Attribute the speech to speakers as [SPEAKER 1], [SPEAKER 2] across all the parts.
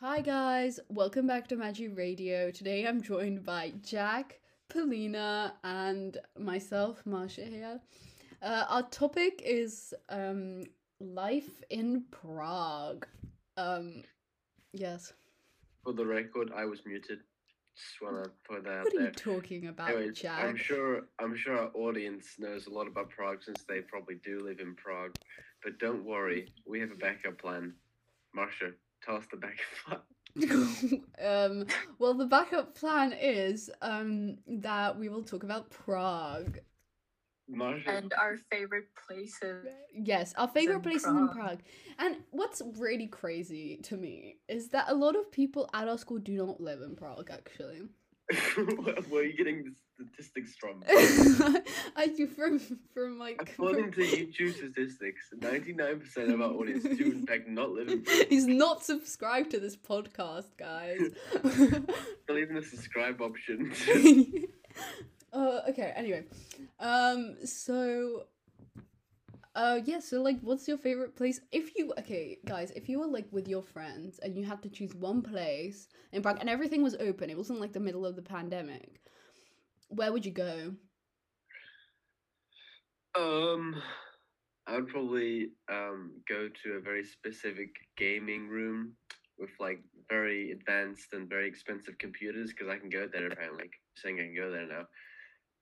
[SPEAKER 1] Hi guys, welcome back to Magic Radio. Today I'm joined by Jack, Polina, and myself, Marsha here. Uh, our topic is um, life in Prague. Um, yes.
[SPEAKER 2] For the record, I was muted. Just wanna put that out
[SPEAKER 1] What are you
[SPEAKER 2] there.
[SPEAKER 1] talking about,
[SPEAKER 2] Anyways,
[SPEAKER 1] Jack?
[SPEAKER 2] I'm sure I'm sure our audience knows a lot about Prague since they probably do live in Prague. But don't worry, we have a backup plan. Marsha, tell us the backup plan.
[SPEAKER 1] um, well, the backup plan is um, that we will talk about Prague.
[SPEAKER 2] Marsha,
[SPEAKER 3] and our favorite places.
[SPEAKER 1] Yes, our favorite
[SPEAKER 3] in
[SPEAKER 1] places in
[SPEAKER 3] Prague.
[SPEAKER 1] Prague. And what's really crazy to me is that a lot of people at our school do not live in Prague, actually.
[SPEAKER 2] where- where are you getting the statistics from?
[SPEAKER 1] I do from from like
[SPEAKER 2] According to
[SPEAKER 1] from-
[SPEAKER 2] YouTube statistics, 99% of our audience do in fact not live in Prague.
[SPEAKER 1] He's not subscribed to this podcast, guys.
[SPEAKER 2] Not even the subscribe option.
[SPEAKER 1] uh, okay, anyway. Um so uh yeah, so like what's your favorite place if you okay, guys, if you were like with your friends and you had to choose one place in Prague and everything was open, it wasn't like the middle of the pandemic, where would you go?
[SPEAKER 2] Um, I would probably um go to a very specific gaming room with like very advanced and very expensive computers because I can go there apparently. Saying I can go there now,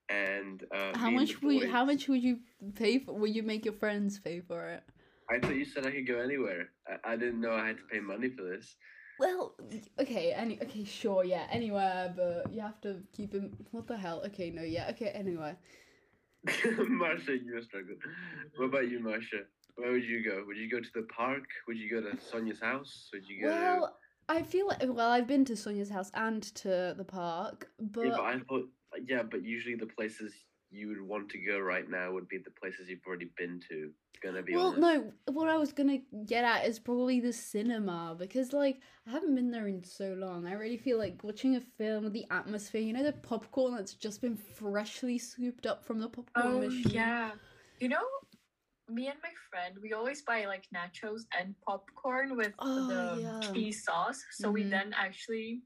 [SPEAKER 2] and uh,
[SPEAKER 1] how
[SPEAKER 2] me and the
[SPEAKER 1] much would you, how
[SPEAKER 2] boys-
[SPEAKER 1] much would you pay for would you make your friends pay for it?
[SPEAKER 2] I thought you said I could go anywhere. I, I didn't know I had to pay money for this.
[SPEAKER 1] Well, okay, any okay, sure, yeah, anywhere, but you have to keep him. What the hell? Okay, no, yeah, okay, anywhere.
[SPEAKER 2] Marsha, you were struggling. What about you, Marsha? Where would you go? Would you go to the park? Would you go to Sonia's house? Would you go?
[SPEAKER 1] Well, I feel like well, I've been to Sonia's house and to the park, but,
[SPEAKER 2] Yeah, but I thought, yeah, but usually the places you would want to go right now would be the places you've already been to. Gonna be
[SPEAKER 1] well,
[SPEAKER 2] honest.
[SPEAKER 1] no, what I was gonna get at is probably the cinema because like I haven't been there in so long. I really feel like watching a film, the atmosphere, you know, the popcorn that's just been freshly scooped up from the popcorn
[SPEAKER 3] Oh
[SPEAKER 1] machine.
[SPEAKER 3] yeah, you know, me and my friend, we always buy like nachos and popcorn with
[SPEAKER 1] Oh,
[SPEAKER 3] the
[SPEAKER 1] yeah.
[SPEAKER 3] tea sauce. So we
[SPEAKER 1] Mhm.
[SPEAKER 3] then actually,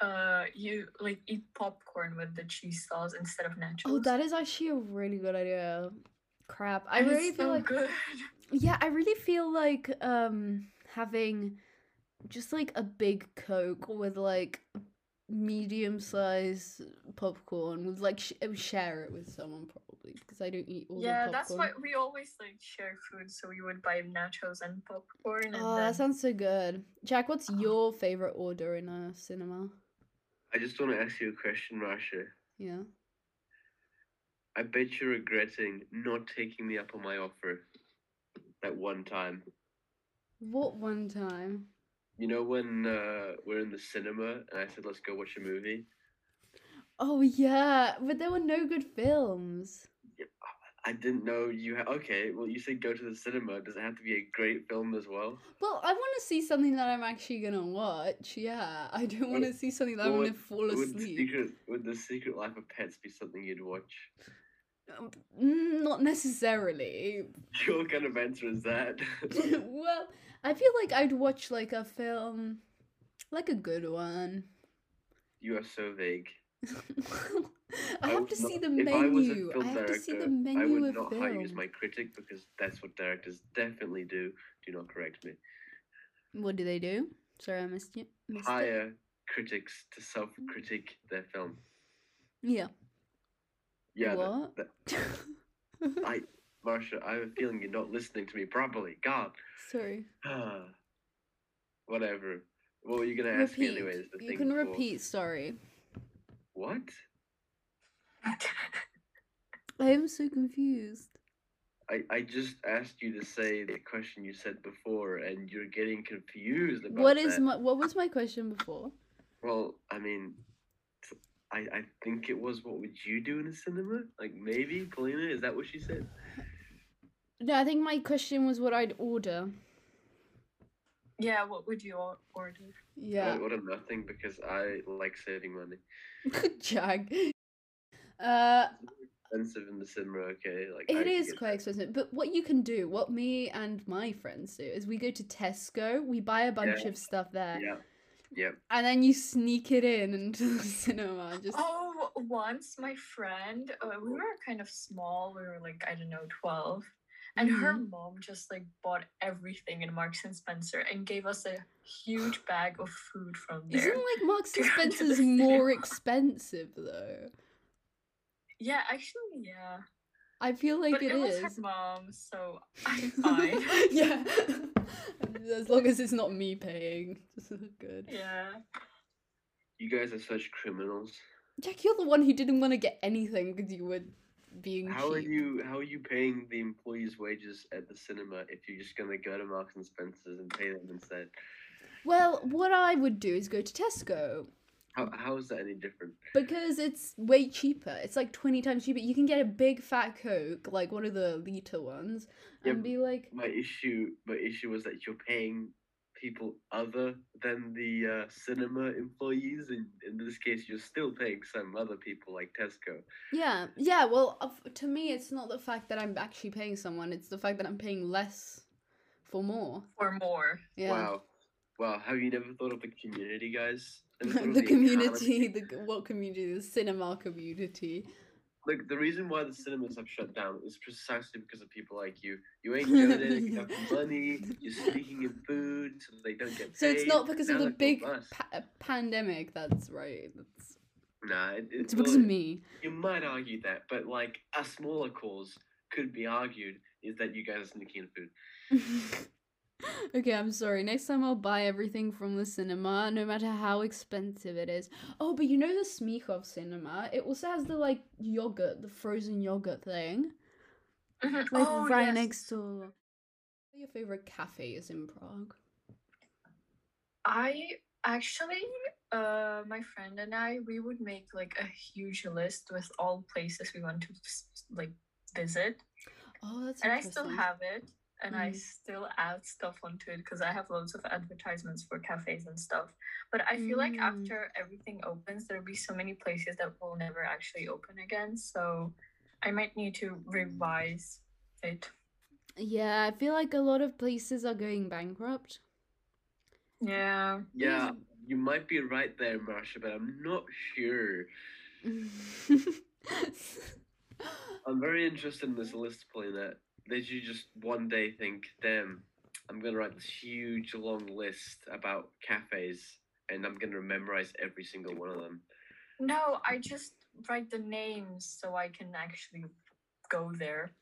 [SPEAKER 3] uh, you like eat popcorn with the cheese sauce instead of nachos.
[SPEAKER 1] Oh, that is actually a really good idea. Crap, I
[SPEAKER 3] And it's
[SPEAKER 1] really feel
[SPEAKER 3] so
[SPEAKER 1] like
[SPEAKER 3] good.
[SPEAKER 1] Yeah, I really feel like um having just like a big Coke with like medium size popcorn with like sh- uh, share it with someone probably because I don't eat all
[SPEAKER 3] yeah,
[SPEAKER 1] the popcorn.
[SPEAKER 3] that's why we always like share food. So we would buy nachos and popcorn, and
[SPEAKER 1] Oh,
[SPEAKER 3] then
[SPEAKER 1] that sounds so good. Jack, what's
[SPEAKER 3] Oh.
[SPEAKER 1] your favorite order in a cinema?
[SPEAKER 2] I just want to ask you a question, Marsha.
[SPEAKER 1] Yeah.
[SPEAKER 2] I bet you're regretting not taking me up on my offer that one time.
[SPEAKER 1] What one time?
[SPEAKER 2] You know when uh, we're in the cinema and I said let's go watch a movie.
[SPEAKER 1] Oh yeah, but there were no good films.
[SPEAKER 2] I didn't know you. Ha- okay, well you said go to the cinema. Does it have to be a great film as well?
[SPEAKER 1] Well, I want to see something that I'm actually gonna watch. Yeah, I don't want to see something that I'm
[SPEAKER 2] Well,
[SPEAKER 1] gonna fall
[SPEAKER 2] Would
[SPEAKER 1] asleep.
[SPEAKER 2] secret would the Secret Life of Pets be something you'd watch?
[SPEAKER 1] Um, mm, Not necessarily.
[SPEAKER 2] Your kind of answer is that.
[SPEAKER 1] well, I feel like I'd watch like a film, like a good one.
[SPEAKER 2] you are so vague.
[SPEAKER 1] I have
[SPEAKER 2] would
[SPEAKER 1] to see
[SPEAKER 2] not-
[SPEAKER 1] the
[SPEAKER 2] if I was a
[SPEAKER 1] menu. I,
[SPEAKER 2] film
[SPEAKER 1] have to see the
[SPEAKER 2] director,
[SPEAKER 1] menu
[SPEAKER 2] I would
[SPEAKER 1] of
[SPEAKER 2] not
[SPEAKER 1] film.
[SPEAKER 2] hire you as my critic because that's what directors definitely do. Do not correct me.
[SPEAKER 1] What do they do? Sorry, I missed you. Missed it.
[SPEAKER 2] Hire critics to self-critique their film.
[SPEAKER 1] Yeah.
[SPEAKER 2] Yeah, that-
[SPEAKER 1] what?
[SPEAKER 2] I, Marsha, I have a feeling you're not listening to me properly. God,
[SPEAKER 1] Sorry.
[SPEAKER 2] whatever. What were you gonna ask me
[SPEAKER 1] Repeat.
[SPEAKER 2] anyways? The
[SPEAKER 1] You
[SPEAKER 2] thing
[SPEAKER 1] can
[SPEAKER 2] before?
[SPEAKER 1] repeat. Sorry.
[SPEAKER 2] What?
[SPEAKER 1] I am so confused.
[SPEAKER 2] I, I just asked you to say the question you said before, and you're getting confused about
[SPEAKER 1] What is
[SPEAKER 2] that.
[SPEAKER 1] my? What was my question before?
[SPEAKER 2] Well, I mean, t- I, I think it was what would you do in a cinema? Like maybe Polina, is that what she said?
[SPEAKER 1] No, I think my question was what I'd order.
[SPEAKER 3] yeah, what would you o- order?
[SPEAKER 1] Yeah.
[SPEAKER 2] I order nothing because I like saving money.
[SPEAKER 1] Jack. Uh,
[SPEAKER 2] expensive in the cinema, okay? Like I
[SPEAKER 1] It
[SPEAKER 2] can
[SPEAKER 1] is
[SPEAKER 2] get-
[SPEAKER 1] quite expensive, but what you can do, what me and my friends do, is we go to Tesco, we buy a bunch of stuff there,
[SPEAKER 2] Yeah. Yeah.
[SPEAKER 1] and then you sneak it in into the cinema. Just
[SPEAKER 3] Oh, once my friend, uh, we were kind of small. We were like, I don't know, 12. And her
[SPEAKER 1] Mm-hmm.
[SPEAKER 3] mom just like bought everything in Marks and Spencer and gave us a huge bag of food from there.
[SPEAKER 1] isn't like Marks and
[SPEAKER 3] to go to the
[SPEAKER 1] Spencer's more expensive though.
[SPEAKER 3] Yeah, actually, yeah.
[SPEAKER 1] I feel like
[SPEAKER 3] but it,
[SPEAKER 1] it
[SPEAKER 3] was
[SPEAKER 1] is.
[SPEAKER 3] her mom, so I'm fine.
[SPEAKER 1] yeah, as long as it's not me paying, good.
[SPEAKER 3] yeah.
[SPEAKER 2] You guys are such criminals.
[SPEAKER 1] Jack, you're the one who didn't want to get anything because you were being
[SPEAKER 2] How are
[SPEAKER 1] cheap.
[SPEAKER 2] you how are you paying the employees' wages at the cinema if you're just gonna go to Marks and Spencer's and pay them instead?
[SPEAKER 1] Well, what I would do is go to Tesco
[SPEAKER 2] How how is that any different?
[SPEAKER 1] because it's way cheaper. It's like twenty times cheaper. You can get a big fat Coke, like one of the liter ones,
[SPEAKER 2] Yeah,
[SPEAKER 1] and
[SPEAKER 2] but-
[SPEAKER 1] be like,
[SPEAKER 2] My issue my issue was that you're paying people other than the uh, cinema employees and in this case you're still paying some other people like Tesco.
[SPEAKER 1] yeah, yeah. Well, of- to me, it's not the fact that I'm actually paying someone; it's the fact that I'm paying less for more.
[SPEAKER 3] Or more.
[SPEAKER 1] Yeah.
[SPEAKER 2] Wow. Wow, have you never thought of the community guys? Never thought of
[SPEAKER 1] the
[SPEAKER 2] economy?
[SPEAKER 1] community, the g- what community? The cinema community.
[SPEAKER 2] Look, the reason why the cinemas have shut down is precisely because of people like you. You ain't donating enough money. You're sneaking in food, so they don't get.
[SPEAKER 1] So it's not
[SPEAKER 2] paid,
[SPEAKER 1] because of
[SPEAKER 2] now
[SPEAKER 1] the
[SPEAKER 2] they're called
[SPEAKER 1] big
[SPEAKER 2] us.
[SPEAKER 1] pa- uh, pandemic. That's right. That's,
[SPEAKER 2] nah, it, it-
[SPEAKER 1] it's because
[SPEAKER 2] well,
[SPEAKER 1] of me.
[SPEAKER 2] You might argue that, but like a smaller cause could be argued is that you guys are sneaking in food.
[SPEAKER 1] okay, I'm sorry. Next time I'll buy everything from the cinema, no matter how expensive it is. Oh, but you know the Smichov cinema? It also has the like yogurt, the frozen yogurt thing,
[SPEAKER 3] Mhm.
[SPEAKER 1] like
[SPEAKER 3] oh,
[SPEAKER 1] right
[SPEAKER 3] yes.
[SPEAKER 1] next door. What are your favorite cafes in Prague?
[SPEAKER 3] I actually, uh, my friend and I, we would make like a huge list with all places we want to s- like visit,
[SPEAKER 1] Oh, that's
[SPEAKER 3] and I still
[SPEAKER 1] interesting.
[SPEAKER 3] have it, and I
[SPEAKER 1] Mm.
[SPEAKER 3] still add stuff onto it because I have loads of advertisements for cafes and stuff. But I feel like
[SPEAKER 1] Mm.
[SPEAKER 3] after everything opens, there'll be so many places that will never actually open again. So I might need to revise it.
[SPEAKER 1] Yeah, I feel like a lot of places are going bankrupt.
[SPEAKER 3] Yeah.
[SPEAKER 2] Yeah, you might be right there, Marsha, but I'm not sure. I'm very interested in this list playing that. Did you just one day think, damn, I'm gonna write this huge long list about cafes and I'm gonna memorize every single one of them.
[SPEAKER 3] No, I just write the names so I can actually go there.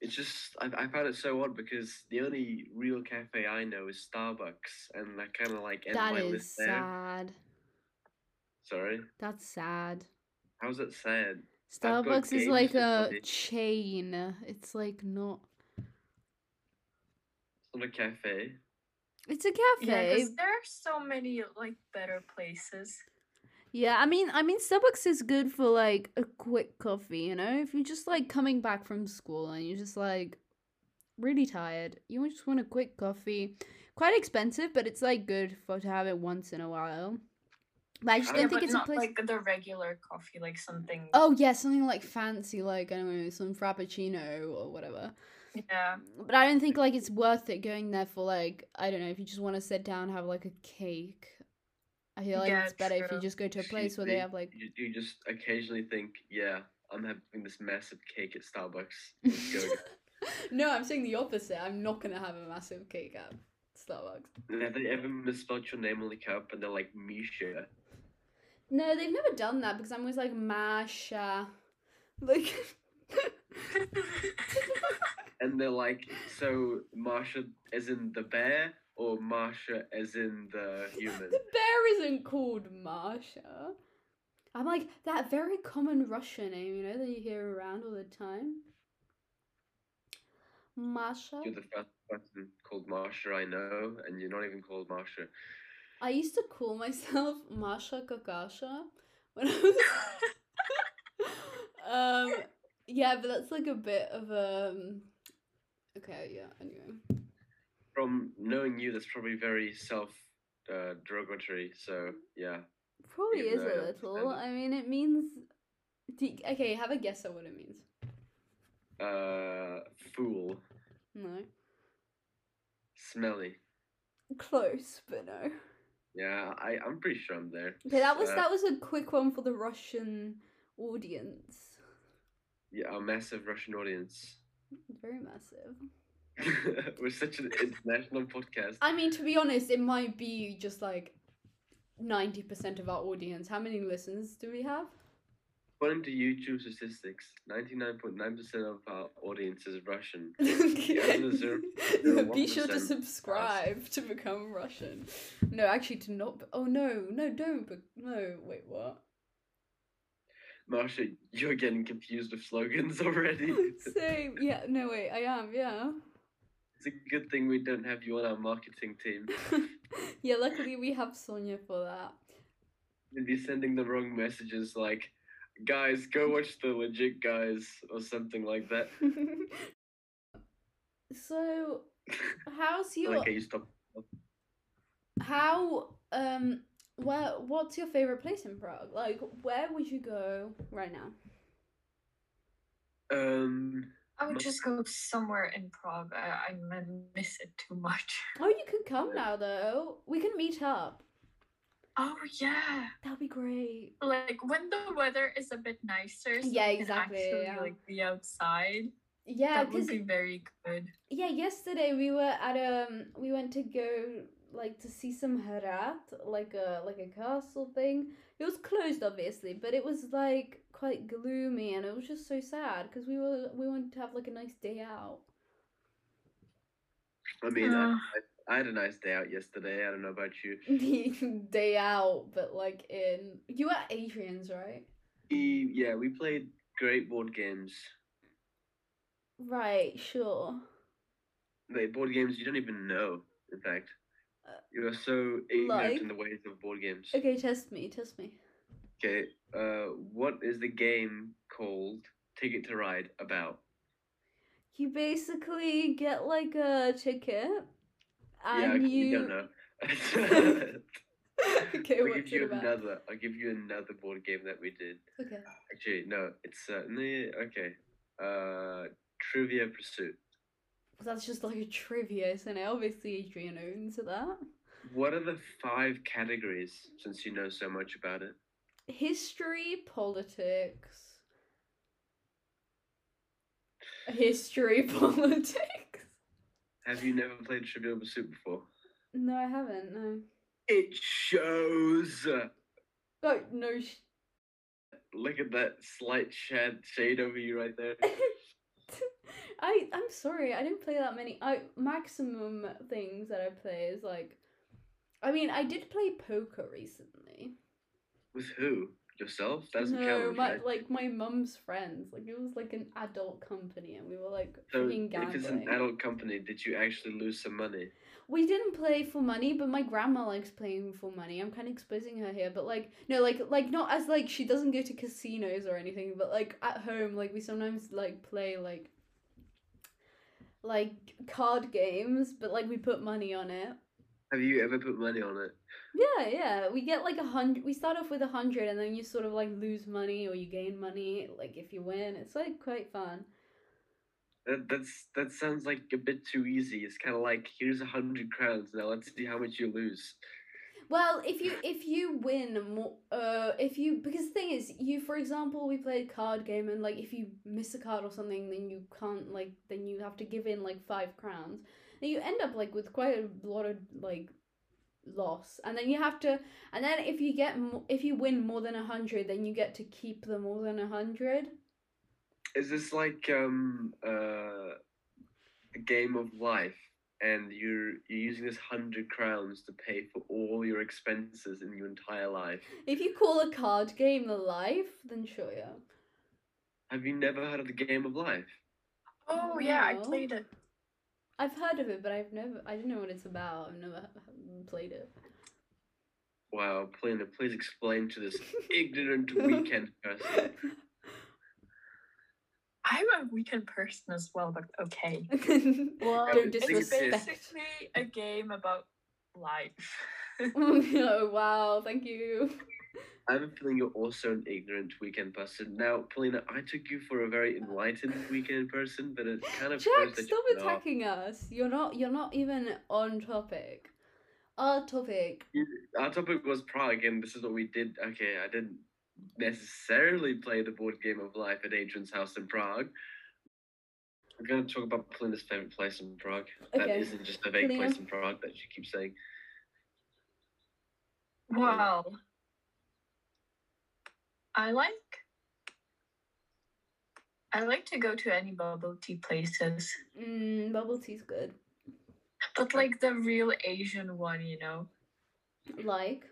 [SPEAKER 2] It's just I, I found it so odd because the only real cafe I know is Starbucks and I kinda like end
[SPEAKER 1] that
[SPEAKER 2] my
[SPEAKER 1] is
[SPEAKER 2] list there.
[SPEAKER 1] sad.
[SPEAKER 2] Sorry.
[SPEAKER 1] That's sad.
[SPEAKER 2] How's that sad? I've got
[SPEAKER 1] Starbucks is
[SPEAKER 2] games
[SPEAKER 1] like
[SPEAKER 2] with
[SPEAKER 1] a
[SPEAKER 2] money.
[SPEAKER 1] chain. It's like not.
[SPEAKER 2] It's not a cafe.
[SPEAKER 1] It's a
[SPEAKER 3] Yeah,
[SPEAKER 1] cafe. Yeah,
[SPEAKER 3] 'cause there are so many like better places.
[SPEAKER 1] I mean, I mean, Starbucks is good for like a quick coffee. You know, if you're just like coming back from school and you're just like really tired, you just want a quick coffee. Quite expensive, but it's like good for to have it once in a while. But I just
[SPEAKER 2] I
[SPEAKER 1] don't
[SPEAKER 3] yeah,
[SPEAKER 1] think
[SPEAKER 3] but
[SPEAKER 1] it's a
[SPEAKER 3] not
[SPEAKER 1] place.
[SPEAKER 3] like the regular coffee, like something.
[SPEAKER 1] Oh yeah, something like fancy, like I don't know, some frappuccino or whatever.
[SPEAKER 3] Yeah.
[SPEAKER 1] But I don't think like it's worth it going there for like I don't know if you just want to sit down and have like a cake. I feel like
[SPEAKER 3] Yeah,
[SPEAKER 1] it's better if you
[SPEAKER 3] true.
[SPEAKER 1] just go to a
[SPEAKER 2] She
[SPEAKER 1] place where they
[SPEAKER 2] think-
[SPEAKER 1] have like
[SPEAKER 2] You, you just occasionally think, yeah, I'm having this massive cake at Starbucks. Let's go.
[SPEAKER 1] no, I'm saying the opposite. I'm not gonna have a massive cake at Starbucks.
[SPEAKER 2] And Have they ever misspelled your name on the cup and they're like Misha?
[SPEAKER 1] No, they've never done that because I'm always like Masha, like
[SPEAKER 2] And they're like, so Marsha as in the bear or Marsha as in the human?
[SPEAKER 1] The bear isn't called Marsha. I'm like that very common Russian name, you know, that you hear around all the time. Masha.
[SPEAKER 2] You're the first person called Marsha I know, and you're not even called Marsha.
[SPEAKER 1] I used to call myself Masha Kakasha when I was. um, yeah, but that's like a bit of a. Um, okay, yeah. Anyway.
[SPEAKER 2] From knowing you, that's probably very self uh, derogatory. So yeah,
[SPEAKER 1] Probably
[SPEAKER 2] Even
[SPEAKER 1] is
[SPEAKER 2] though I
[SPEAKER 1] a
[SPEAKER 2] don't
[SPEAKER 1] little.
[SPEAKER 2] understand it.
[SPEAKER 1] I mean, it means Do you- okay, have a guess at what it means.
[SPEAKER 2] Uh, fool,
[SPEAKER 1] No.
[SPEAKER 2] smelly.
[SPEAKER 1] Close, but no.
[SPEAKER 2] Yeah, I I'm pretty sure I'm there.
[SPEAKER 1] Okay, that was
[SPEAKER 2] Uh,
[SPEAKER 1] that was a quick one for the Russian audience.
[SPEAKER 2] Yeah, a massive Russian audience.
[SPEAKER 1] Very massive.
[SPEAKER 2] We're such an international podcast.
[SPEAKER 1] I mean, to be honest, it might be just like ninety percent of our audience. How many listeners do we have?
[SPEAKER 2] According to YouTube statistics, 99.9% of our audience is Russian. zero- zero
[SPEAKER 1] be sure to
[SPEAKER 2] 1%
[SPEAKER 1] subscribe to become Russian. No, actually, to not. Be- oh no, no, don't. But no, wait, what?
[SPEAKER 2] Marsha, you're getting confused with slogans already.
[SPEAKER 1] Same. Yeah. No, wait. I am. Yeah.
[SPEAKER 2] It's a good thing we don't have you on our marketing team.
[SPEAKER 1] yeah. Luckily, we have Sonia for that.
[SPEAKER 2] You'd be sending the wrong messages like, guys, go watch the legit guys, or something like that.
[SPEAKER 1] so, how's your
[SPEAKER 2] Okay, you stop.
[SPEAKER 1] how um where what's your favorite place in Prague? Like, where would you go right now?
[SPEAKER 2] Um,
[SPEAKER 3] I would
[SPEAKER 2] But-
[SPEAKER 3] just go somewhere in Prague. I, I m- miss it too much.
[SPEAKER 1] Oh, you could come now though. We can meet up.
[SPEAKER 3] Oh yeah,
[SPEAKER 1] That'd be great.
[SPEAKER 3] like when the weather is a bit nicer, so
[SPEAKER 1] Yeah,
[SPEAKER 3] we can
[SPEAKER 1] exactly,
[SPEAKER 3] Actually,
[SPEAKER 1] yeah.
[SPEAKER 3] like be outside.
[SPEAKER 1] Yeah,
[SPEAKER 3] that would
[SPEAKER 1] because
[SPEAKER 3] be very good.
[SPEAKER 1] yeah, yesterday we were at um we went to go like to see some Herat, like a like a castle thing. It was closed obviously, but it was like quite gloomy and it was just so sad because we were we wanted to have like a nice day out.
[SPEAKER 2] I mean, I,
[SPEAKER 3] Uh.
[SPEAKER 2] I, I had a nice day out yesterday. I don't know about you.
[SPEAKER 1] day out, but like in you were at Adrian's, right?
[SPEAKER 2] We, yeah, we played great board games.
[SPEAKER 1] Right, sure.
[SPEAKER 2] Like board games you don't even know. In fact,
[SPEAKER 1] Uh,
[SPEAKER 2] you are so ignorant
[SPEAKER 1] like-
[SPEAKER 2] in the ways of board games.
[SPEAKER 1] Okay, test me, test me.
[SPEAKER 2] Okay, uh, what is the game called Ticket to Ride about?
[SPEAKER 1] You basically get like a ticket,
[SPEAKER 2] yeah,
[SPEAKER 1] and
[SPEAKER 2] okay,
[SPEAKER 1] you.
[SPEAKER 2] don't know. I'll
[SPEAKER 1] okay,
[SPEAKER 2] give
[SPEAKER 1] what's it
[SPEAKER 2] you
[SPEAKER 1] about?
[SPEAKER 2] another. I'll give you another board game that we did.
[SPEAKER 1] Okay.
[SPEAKER 2] Actually, no, it's certainly okay. Uh, Trivia Pursuit.
[SPEAKER 1] That's just like a trivia, isn't it? Obviously, Adrian owns that.
[SPEAKER 2] What are the five categories? Since you know so much about it,
[SPEAKER 1] History, politics. History, politics.
[SPEAKER 2] have you never played Trivia Pursuit before?
[SPEAKER 1] No, I haven't. No.
[SPEAKER 2] It shows.
[SPEAKER 1] Oh no. Sh-
[SPEAKER 2] Look at that slight shad shade over you right there.
[SPEAKER 1] I I'm sorry, I didn't play that many. I maximum things that I play is like, I mean, I did play poker recently.
[SPEAKER 2] With who? Yourself? That doesn't
[SPEAKER 1] no,
[SPEAKER 2] count.
[SPEAKER 1] my
[SPEAKER 2] right?
[SPEAKER 1] like my mum's friends. Like it was like an adult company, and we were like
[SPEAKER 2] So
[SPEAKER 1] freaking
[SPEAKER 2] if it's an
[SPEAKER 1] gambling.
[SPEAKER 2] adult company, did you actually lose some money?
[SPEAKER 1] we didn't play for money, but my grandma likes playing for money. I'm kind of exposing her here, but like no, like like not as like she doesn't go to casinos or anything, but like at home, like we sometimes like play like like card games, but like we put money on it.
[SPEAKER 2] Have you ever put money on it?
[SPEAKER 1] Yeah, yeah. We get like a hundred. We start off with a hundred, and then you sort of like lose money or you gain money. Like if you win, it's like quite fun.
[SPEAKER 2] That that's that sounds like a bit too easy. It's kind of like here's a hundred crowns now. Let's see how much you lose.
[SPEAKER 1] Well, if you if you win more, uh, if you because the thing is, you for example, we played card game and like if you miss a card or something, then you can't like then you have to give in like five crowns, and you end up like with quite a lot of like loss, and then you have to, and then if you get mo- if you win more than a hundred, then you get to keep the more than a hundred.
[SPEAKER 2] Is this like um uh a game of life? And you're you're using this hundred crowns to pay for all your expenses in your entire life.
[SPEAKER 1] If you call a card game a life, then sure, yeah.
[SPEAKER 2] Have you never heard of the game of life?
[SPEAKER 3] Oh yeah, I
[SPEAKER 1] No.
[SPEAKER 3] played it.
[SPEAKER 1] I've heard of it, but I've never, I don't know what it's about. I've never h- played it.
[SPEAKER 2] Wow, Plina, please explain to this ignorant weekend person.
[SPEAKER 3] I'm a weekend person as well, but okay.
[SPEAKER 1] don't
[SPEAKER 2] it's
[SPEAKER 3] it's
[SPEAKER 1] disrespect.
[SPEAKER 3] basically a game about life.
[SPEAKER 1] oh wow, thank you.
[SPEAKER 2] I'm feeling you're also an ignorant weekend person. Now, Paulina, I took you for a very enlightened weekend person, but it kind of shows
[SPEAKER 1] Jack,
[SPEAKER 2] that
[SPEAKER 1] stop
[SPEAKER 2] you're not.
[SPEAKER 1] attacking us. You're not. You're not even on topic. Our topic.
[SPEAKER 2] Our topic was Prague, and this is what we did. Okay, I didn't necessarily play the board game of life at Adrian's house in Prague. We're going to talk about Paulina's favorite place in Prague. That
[SPEAKER 1] Okay.
[SPEAKER 2] isn't just a vague
[SPEAKER 1] Paulina?
[SPEAKER 2] place in Prague that she keeps saying.
[SPEAKER 3] Wow. I like I like to go to any bubble tea places.
[SPEAKER 1] Mm, bubble tea's good.
[SPEAKER 3] But like the real Asian one, you know?
[SPEAKER 1] Like.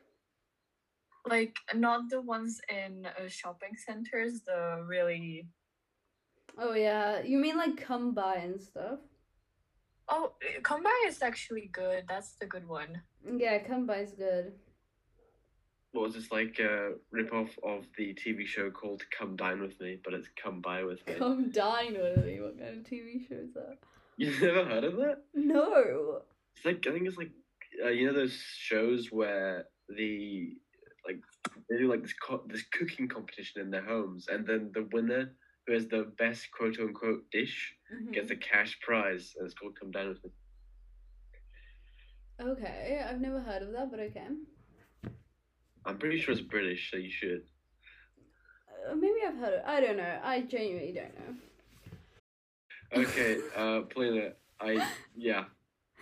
[SPEAKER 3] Like not the ones in uh, shopping centers, the really
[SPEAKER 1] Oh yeah. You mean like come by and stuff?
[SPEAKER 3] Oh, uh, Kombai is actually good. That's the good one.
[SPEAKER 1] Yeah, come by's good.
[SPEAKER 2] What was this like a ripoff of the TV show called Come Dine With Me, but it's Come By With Me.
[SPEAKER 1] Come dine with me. What kind of TV show is that?
[SPEAKER 2] You've never heard of that?
[SPEAKER 1] No.
[SPEAKER 2] It's like I think it's like uh, you know those shows where the like they do like this co- this cooking competition in their homes, and then the winner who has the best quote unquote dish
[SPEAKER 1] Mm-hmm.
[SPEAKER 2] gets a cash prize, and it's called "Come Down with Me."
[SPEAKER 1] Okay, I've never heard of that, but okay.
[SPEAKER 2] I'm pretty sure it's British, so you should.
[SPEAKER 1] Uh, maybe I've heard of. I don't know. I genuinely don't know.
[SPEAKER 2] Okay, uh, Polina, I yeah,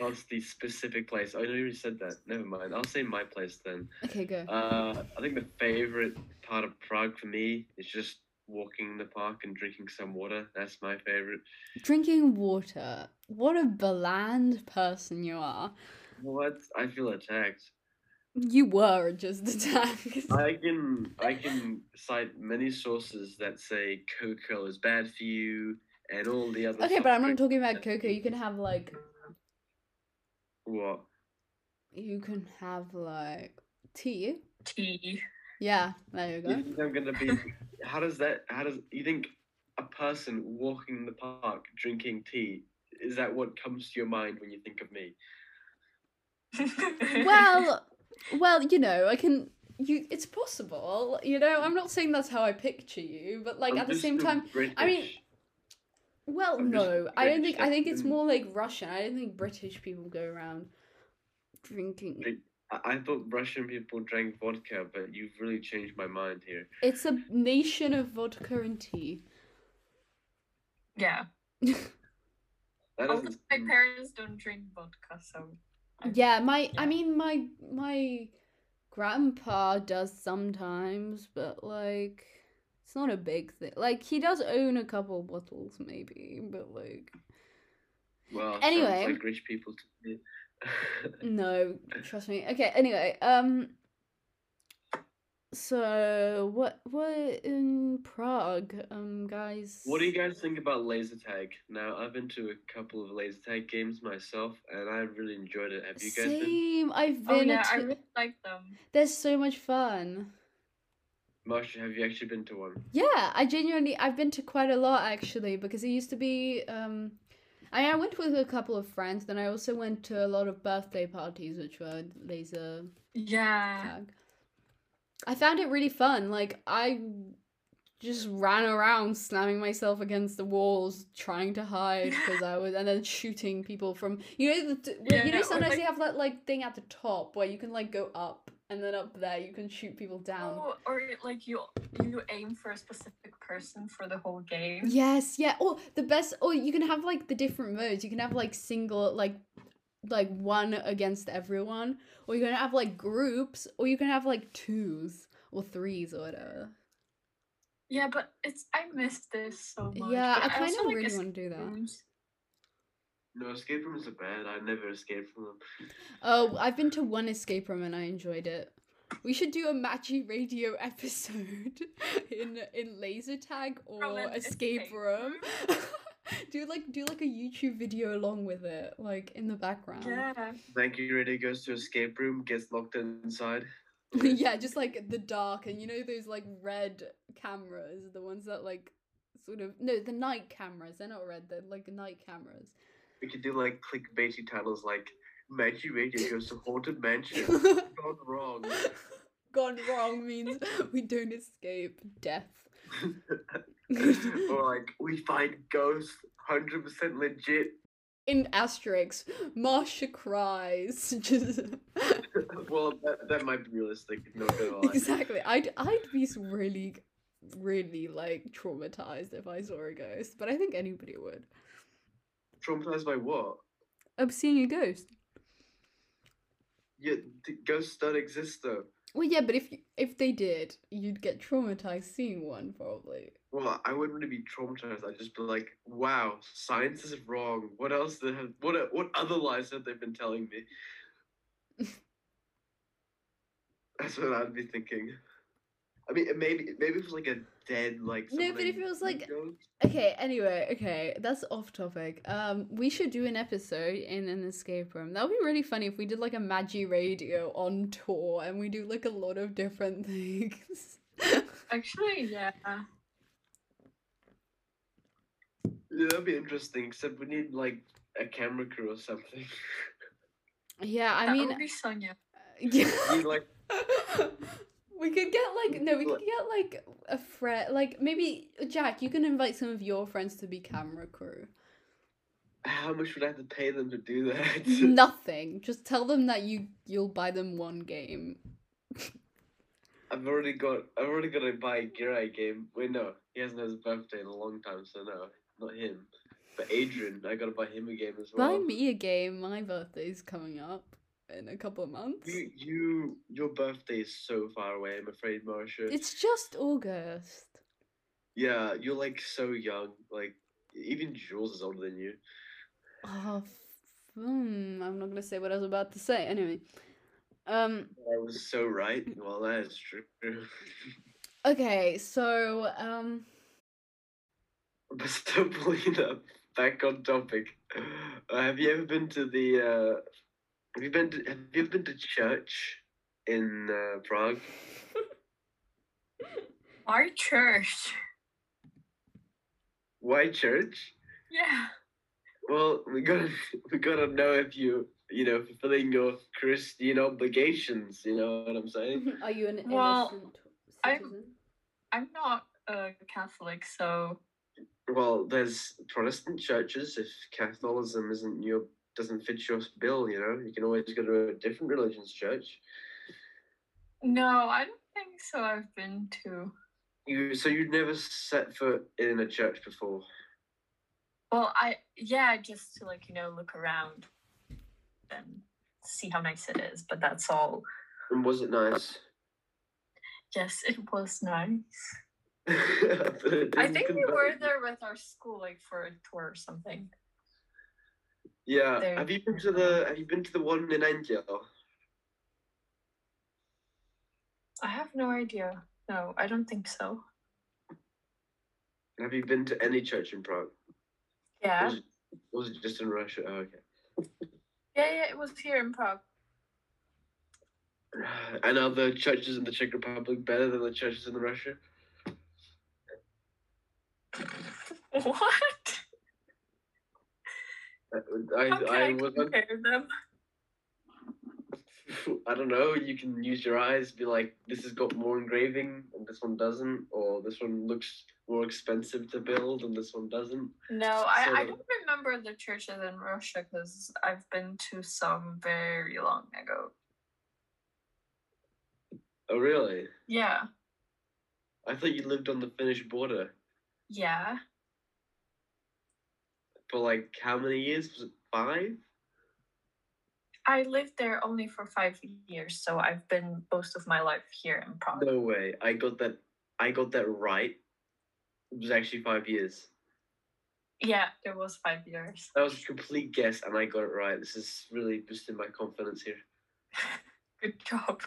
[SPEAKER 2] that's the specific place. I know you already said that. Never mind. I'll say my place then.
[SPEAKER 1] Okay, go.
[SPEAKER 2] Uh, I think the favorite part of Prague for me is just walking in the park and drinking some water. That's my favorite.
[SPEAKER 1] Drinking water. What a bland person you are.
[SPEAKER 2] What? I feel attacked.
[SPEAKER 1] You were just attacked.
[SPEAKER 2] I can I can cite many sources that say cocoa is bad for you and all the other.
[SPEAKER 1] Okay, but I'm not
[SPEAKER 2] soft
[SPEAKER 1] talking about cocoa. You can have like
[SPEAKER 2] drink- What?
[SPEAKER 1] you can have like tea.
[SPEAKER 3] Tea.
[SPEAKER 1] Yeah, there you
[SPEAKER 2] You
[SPEAKER 1] go.
[SPEAKER 2] think I'm gonna be? How does that? How does you think a person walking in the park drinking tea is that what comes to your mind when you think of me?
[SPEAKER 1] Well, well, you know, I can you it's possible. You know, I'm not saying that's how I picture you, but like
[SPEAKER 2] I'm
[SPEAKER 1] at the
[SPEAKER 2] just
[SPEAKER 1] same
[SPEAKER 2] a
[SPEAKER 1] time I mean,
[SPEAKER 2] British-
[SPEAKER 1] Well,
[SPEAKER 2] I'm just
[SPEAKER 1] no, I don't think. I
[SPEAKER 2] British
[SPEAKER 1] think it's
[SPEAKER 2] and-
[SPEAKER 1] more like Russian. I don't think British people go around drinking.
[SPEAKER 2] Drink- I, I thought Russian people drank vodka, but you've really changed my mind here.
[SPEAKER 1] It's a nation of vodka and tea.
[SPEAKER 3] yeah.
[SPEAKER 2] That
[SPEAKER 3] Also,
[SPEAKER 2] doesn't.
[SPEAKER 3] Oh, my
[SPEAKER 2] seem-
[SPEAKER 3] parents don't drink vodka, so
[SPEAKER 1] Yeah, my. I
[SPEAKER 3] Yeah.
[SPEAKER 1] mean, my my grandpa does sometimes, but like, it's not a big thing. Like, he does own a couple bottles, maybe, but like,
[SPEAKER 2] Well,
[SPEAKER 1] Anyway.
[SPEAKER 2] sounds like rich people to me.
[SPEAKER 1] no, trust me. Okay, anyway, um. So what? What in Prague, um, guys?
[SPEAKER 2] what do you guys think about laser tag? Now, I've been to a couple of laser tag games myself, and I really enjoyed it. Have you guys been?
[SPEAKER 1] Same. I've
[SPEAKER 3] oh
[SPEAKER 1] been.
[SPEAKER 3] yeah, I
[SPEAKER 1] to-
[SPEAKER 3] really like them.
[SPEAKER 1] There's so much fun.
[SPEAKER 2] Marsha, have you actually been to one?
[SPEAKER 1] Yeah, I genuinely I've been to quite a lot actually because it used to be. Um, I I went with a couple of friends. Then I also went to a lot of birthday parties, which were laser
[SPEAKER 3] Yeah.
[SPEAKER 1] tag. I found it really fun. Like I just ran around slamming myself against the walls trying to hide because I was and then shooting people from you know the, t- where- you
[SPEAKER 3] Yeah,
[SPEAKER 1] know
[SPEAKER 3] or
[SPEAKER 1] sometimes
[SPEAKER 3] like-
[SPEAKER 1] they have that like thing at the top where you can like go up and then up there you can shoot people down.
[SPEAKER 3] Oh, or like you you aim for a specific person for the whole game.
[SPEAKER 1] Yes, yeah. Or the best or you can have like the different modes. You can have like single like like one against everyone or you can have like groups or you can have like twos or threes or whatever.
[SPEAKER 3] Yeah, but it's I miss this so much.
[SPEAKER 1] Yeah,
[SPEAKER 3] but
[SPEAKER 1] I kind
[SPEAKER 3] also
[SPEAKER 1] of
[SPEAKER 3] like
[SPEAKER 1] really
[SPEAKER 3] escape
[SPEAKER 1] want to do that.
[SPEAKER 3] rooms.
[SPEAKER 2] No, escape rooms are bad. I never escaped from them.
[SPEAKER 1] Oh, I've been to one escape room and I enjoyed it. We should do a matchy radio episode in in laser tag or
[SPEAKER 3] an
[SPEAKER 1] escape,
[SPEAKER 3] escape
[SPEAKER 1] room. do like do like a YouTube video along with it, like in the background.
[SPEAKER 3] Yeah.
[SPEAKER 2] Thank you, Ready goes to escape room, gets locked inside.
[SPEAKER 1] yeah, just like the dark, and you know those like red cameras, the ones that like sort of no, the night cameras. They're not red. They're like night cameras.
[SPEAKER 2] We could do like clickbaity titles like Magic Radio goes to Haunted Mansion. Gone wrong.
[SPEAKER 1] Gone understand wrong means we don't escape death.
[SPEAKER 2] or like we find ghosts, hundred percent legit.
[SPEAKER 1] In asterisks, Marsha cries. Just
[SPEAKER 2] well, that, that might be realistic. Not gonna lie.
[SPEAKER 1] exactly. I'd I'd be s- really, really like traumatized if I saw a ghost, but I think anybody would.
[SPEAKER 2] Traumatized by what?
[SPEAKER 1] Of seeing a ghost.
[SPEAKER 2] Yeah, d- ghosts don't exist though.
[SPEAKER 1] Well, yeah, but if you, if they did, you'd get traumatized seeing one probably.
[SPEAKER 2] Well, I wouldn't really be traumatized. I'd just be like, "Wow, science is wrong. What else? They have, what what other lies have they been telling me?" That's what I'd be thinking. I mean, it maybe maybe it was like a dead like.
[SPEAKER 1] No,
[SPEAKER 2] someone
[SPEAKER 1] but
[SPEAKER 2] I
[SPEAKER 1] if it was,
[SPEAKER 2] knew
[SPEAKER 1] like,
[SPEAKER 2] ghost.
[SPEAKER 1] Okay, anyway, okay, that's off topic. Um, we should do an episode in an escape room. That would be really funny if we did like a Magi radio on tour and we do like a lot of different things.
[SPEAKER 3] Actually, yeah.
[SPEAKER 2] Yeah, that'd be interesting. Except we need like a camera crew or something.
[SPEAKER 1] yeah, I
[SPEAKER 3] that
[SPEAKER 1] mean,
[SPEAKER 3] would be Sonia.
[SPEAKER 2] We
[SPEAKER 1] yeah.
[SPEAKER 2] need, like
[SPEAKER 1] we could get like no, we could get like a friend, like maybe Jack. You can invite some of your friends to be camera crew.
[SPEAKER 2] how much would I have to pay them to do that?
[SPEAKER 1] Nothing. Just tell them that you you'll buy them one game.
[SPEAKER 2] I've already got I've already got to buy a Girai game. Wait no, he hasn't had his birthday in a long time, so no, not him. But Adrian, I gotta buy him a game as well.
[SPEAKER 1] Buy me a game. My birthday's coming up in a couple of months.
[SPEAKER 2] You, you your birthday is so far away, I'm afraid, Marsha.
[SPEAKER 1] It's just August.
[SPEAKER 2] Yeah, you're like so young. Like even Jules is older than you.
[SPEAKER 1] Oh, f- hmm, I'm not gonna say what I was about to say. Anyway, um,
[SPEAKER 2] I was so right. Well that is true.
[SPEAKER 1] okay, so um,
[SPEAKER 2] but still pulling up back on topic. Uh, have you ever been to the uh have you been to, have you ever been to church in uh, Prague?
[SPEAKER 3] Our church.
[SPEAKER 2] Why church?
[SPEAKER 3] Yeah.
[SPEAKER 2] Well, we gotta we gotta know if you you know fulfilling your Christian obligations. You know what I'm saying?
[SPEAKER 1] are you an
[SPEAKER 3] Well,
[SPEAKER 1] innocent
[SPEAKER 3] I'm-
[SPEAKER 1] citizen?
[SPEAKER 3] I'm not a Catholic, so
[SPEAKER 2] Well, there's Protestant churches. If Catholicism isn't your doesn't fit your bill, you know you can always go to a different religion's church.
[SPEAKER 3] no, I don't think so. I've been to.
[SPEAKER 2] You so you'd never set foot in a church before.
[SPEAKER 3] Well, I yeah, just to like you know look around and see how nice it is. But that's all.
[SPEAKER 2] And was it nice?
[SPEAKER 3] Yes, it was nice. I
[SPEAKER 2] I
[SPEAKER 3] think we were there with our school, like for a tour or something.
[SPEAKER 2] Yeah.
[SPEAKER 3] there.
[SPEAKER 2] Have you been to the Have you been to the one in India?
[SPEAKER 3] I have no idea. No, I don't think so.
[SPEAKER 2] Have you been to any church in Prague?
[SPEAKER 3] Yeah,
[SPEAKER 2] Was it, was it just in Russia? Oh, okay.
[SPEAKER 3] yeah, yeah. It was here in Prague.
[SPEAKER 2] And are the churches in the Czech Republic better than the churches in the Russia?
[SPEAKER 3] what?
[SPEAKER 2] I, I,
[SPEAKER 3] How can
[SPEAKER 2] I,
[SPEAKER 3] I
[SPEAKER 2] wasn't.
[SPEAKER 3] compare them?
[SPEAKER 2] I don't know. You can use your eyes, be like, this has got more engraving and this one doesn't, or this one looks more expensive to build and this one doesn't.
[SPEAKER 3] No, I, I
[SPEAKER 2] So-
[SPEAKER 3] don't remember the churches in Russia because I've been to some very long ago.
[SPEAKER 2] Oh, really?
[SPEAKER 3] Yeah,
[SPEAKER 2] I thought you lived on the Finnish border
[SPEAKER 3] yeah.
[SPEAKER 2] for like how many years? Was it five?
[SPEAKER 3] I lived there only for five years, so I've been most of my life here in Prague.
[SPEAKER 2] No way. I got that. I got that right. It was actually five years.
[SPEAKER 3] Yeah, it was five years.
[SPEAKER 2] That was a complete guess, and I got it right. This is really boosting my confidence here.
[SPEAKER 3] Good job.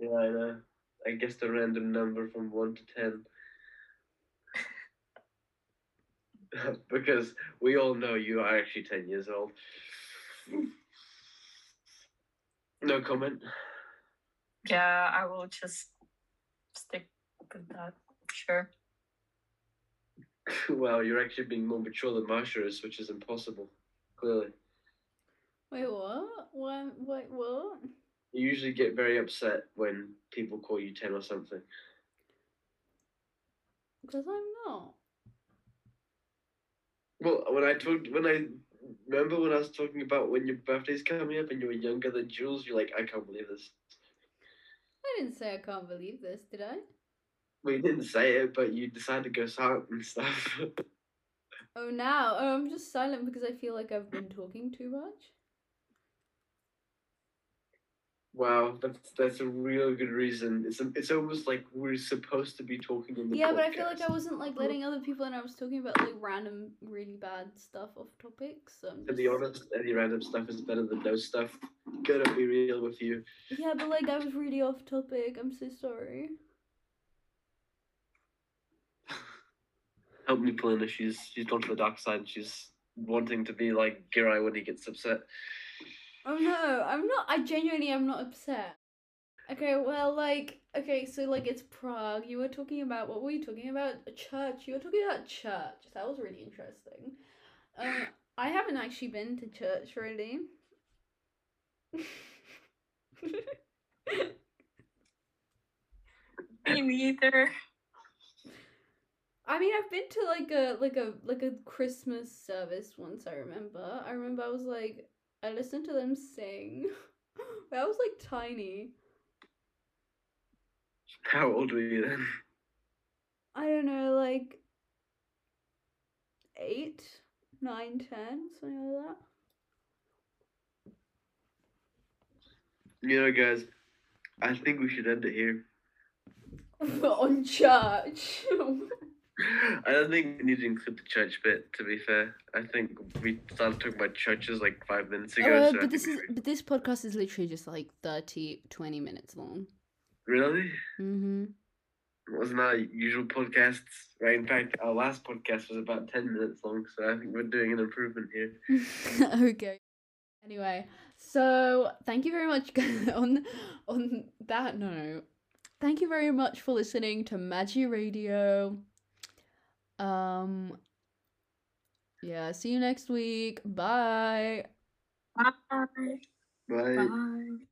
[SPEAKER 2] Yeah, I know. I guessed a random number from 1 to 10. because we all know you are actually 10 years old. No comment.
[SPEAKER 3] Yeah, I will just stick with that. Sure.
[SPEAKER 2] Well, you're actually being more mature than Marsha is, which is impossible, clearly.
[SPEAKER 1] Wait, what? What? What? What?
[SPEAKER 2] You usually get very upset when people call you 10 or something.
[SPEAKER 1] Because I'm not.
[SPEAKER 2] Well, when I talked, when I remember when I was talking about when your birthday's coming up and you were younger than Jules, you're like, I can't believe this.
[SPEAKER 1] I didn't say I can't believe this, did I?
[SPEAKER 2] Well, you didn't say it, but you decided to go silent and stuff.
[SPEAKER 1] Oh, now. Oh, I'm just silent because I feel like I've been talking too much.
[SPEAKER 2] wow, that's that's a real good reason. It's it's almost like we're supposed to be talking in the
[SPEAKER 1] Yeah, but I feel like
[SPEAKER 2] podcast.
[SPEAKER 1] I wasn't like letting other people in. I was talking about like random, really bad stuff off topic. So I'm
[SPEAKER 2] To be
[SPEAKER 1] just-
[SPEAKER 2] honest, any random stuff is better than no stuff. Gonna be real with you.
[SPEAKER 1] Yeah, but like I was really off topic. I'm so sorry.
[SPEAKER 2] Help me, Polina. She's she's gone to the dark side. She's wanting to be like Girai when he gets upset.
[SPEAKER 1] Oh no, I'm not. I genuinely am not upset. Okay, well, like, okay, so like it's Prague. You were talking about what were you talking about? A church. You were talking about church. That was really interesting. Um, I haven't actually been to church really.
[SPEAKER 3] Me neither.
[SPEAKER 1] I mean, I've been to like a like a like a Christmas service once. I remember. I remember. I was like, I listened to them sing. I was like tiny.
[SPEAKER 2] How old were you then?
[SPEAKER 1] I don't know, like eight, nine, ten, something like that.
[SPEAKER 2] You know, guys, I think we should end it here.
[SPEAKER 1] on church.
[SPEAKER 2] I don't think we need to include the church bit. To be fair, I think we started talking about churches like five minutes ago. so I
[SPEAKER 1] Oh, Uh, but
[SPEAKER 2] think
[SPEAKER 1] this
[SPEAKER 2] we-
[SPEAKER 1] is but this podcast is literally just like 30, 20 minutes long.
[SPEAKER 2] really
[SPEAKER 1] Mm-hmm.
[SPEAKER 2] wasn't our usual podcasts. Right, in fact, our last podcast was about ten minutes long. So I think we're doing an improvement here.
[SPEAKER 1] okay. Anyway, so thank you very much on on that note. Thank you very much for listening to Magi Radio. Um yeah, see you next week. Bye.
[SPEAKER 3] Bye.
[SPEAKER 2] Bye.
[SPEAKER 3] Bye.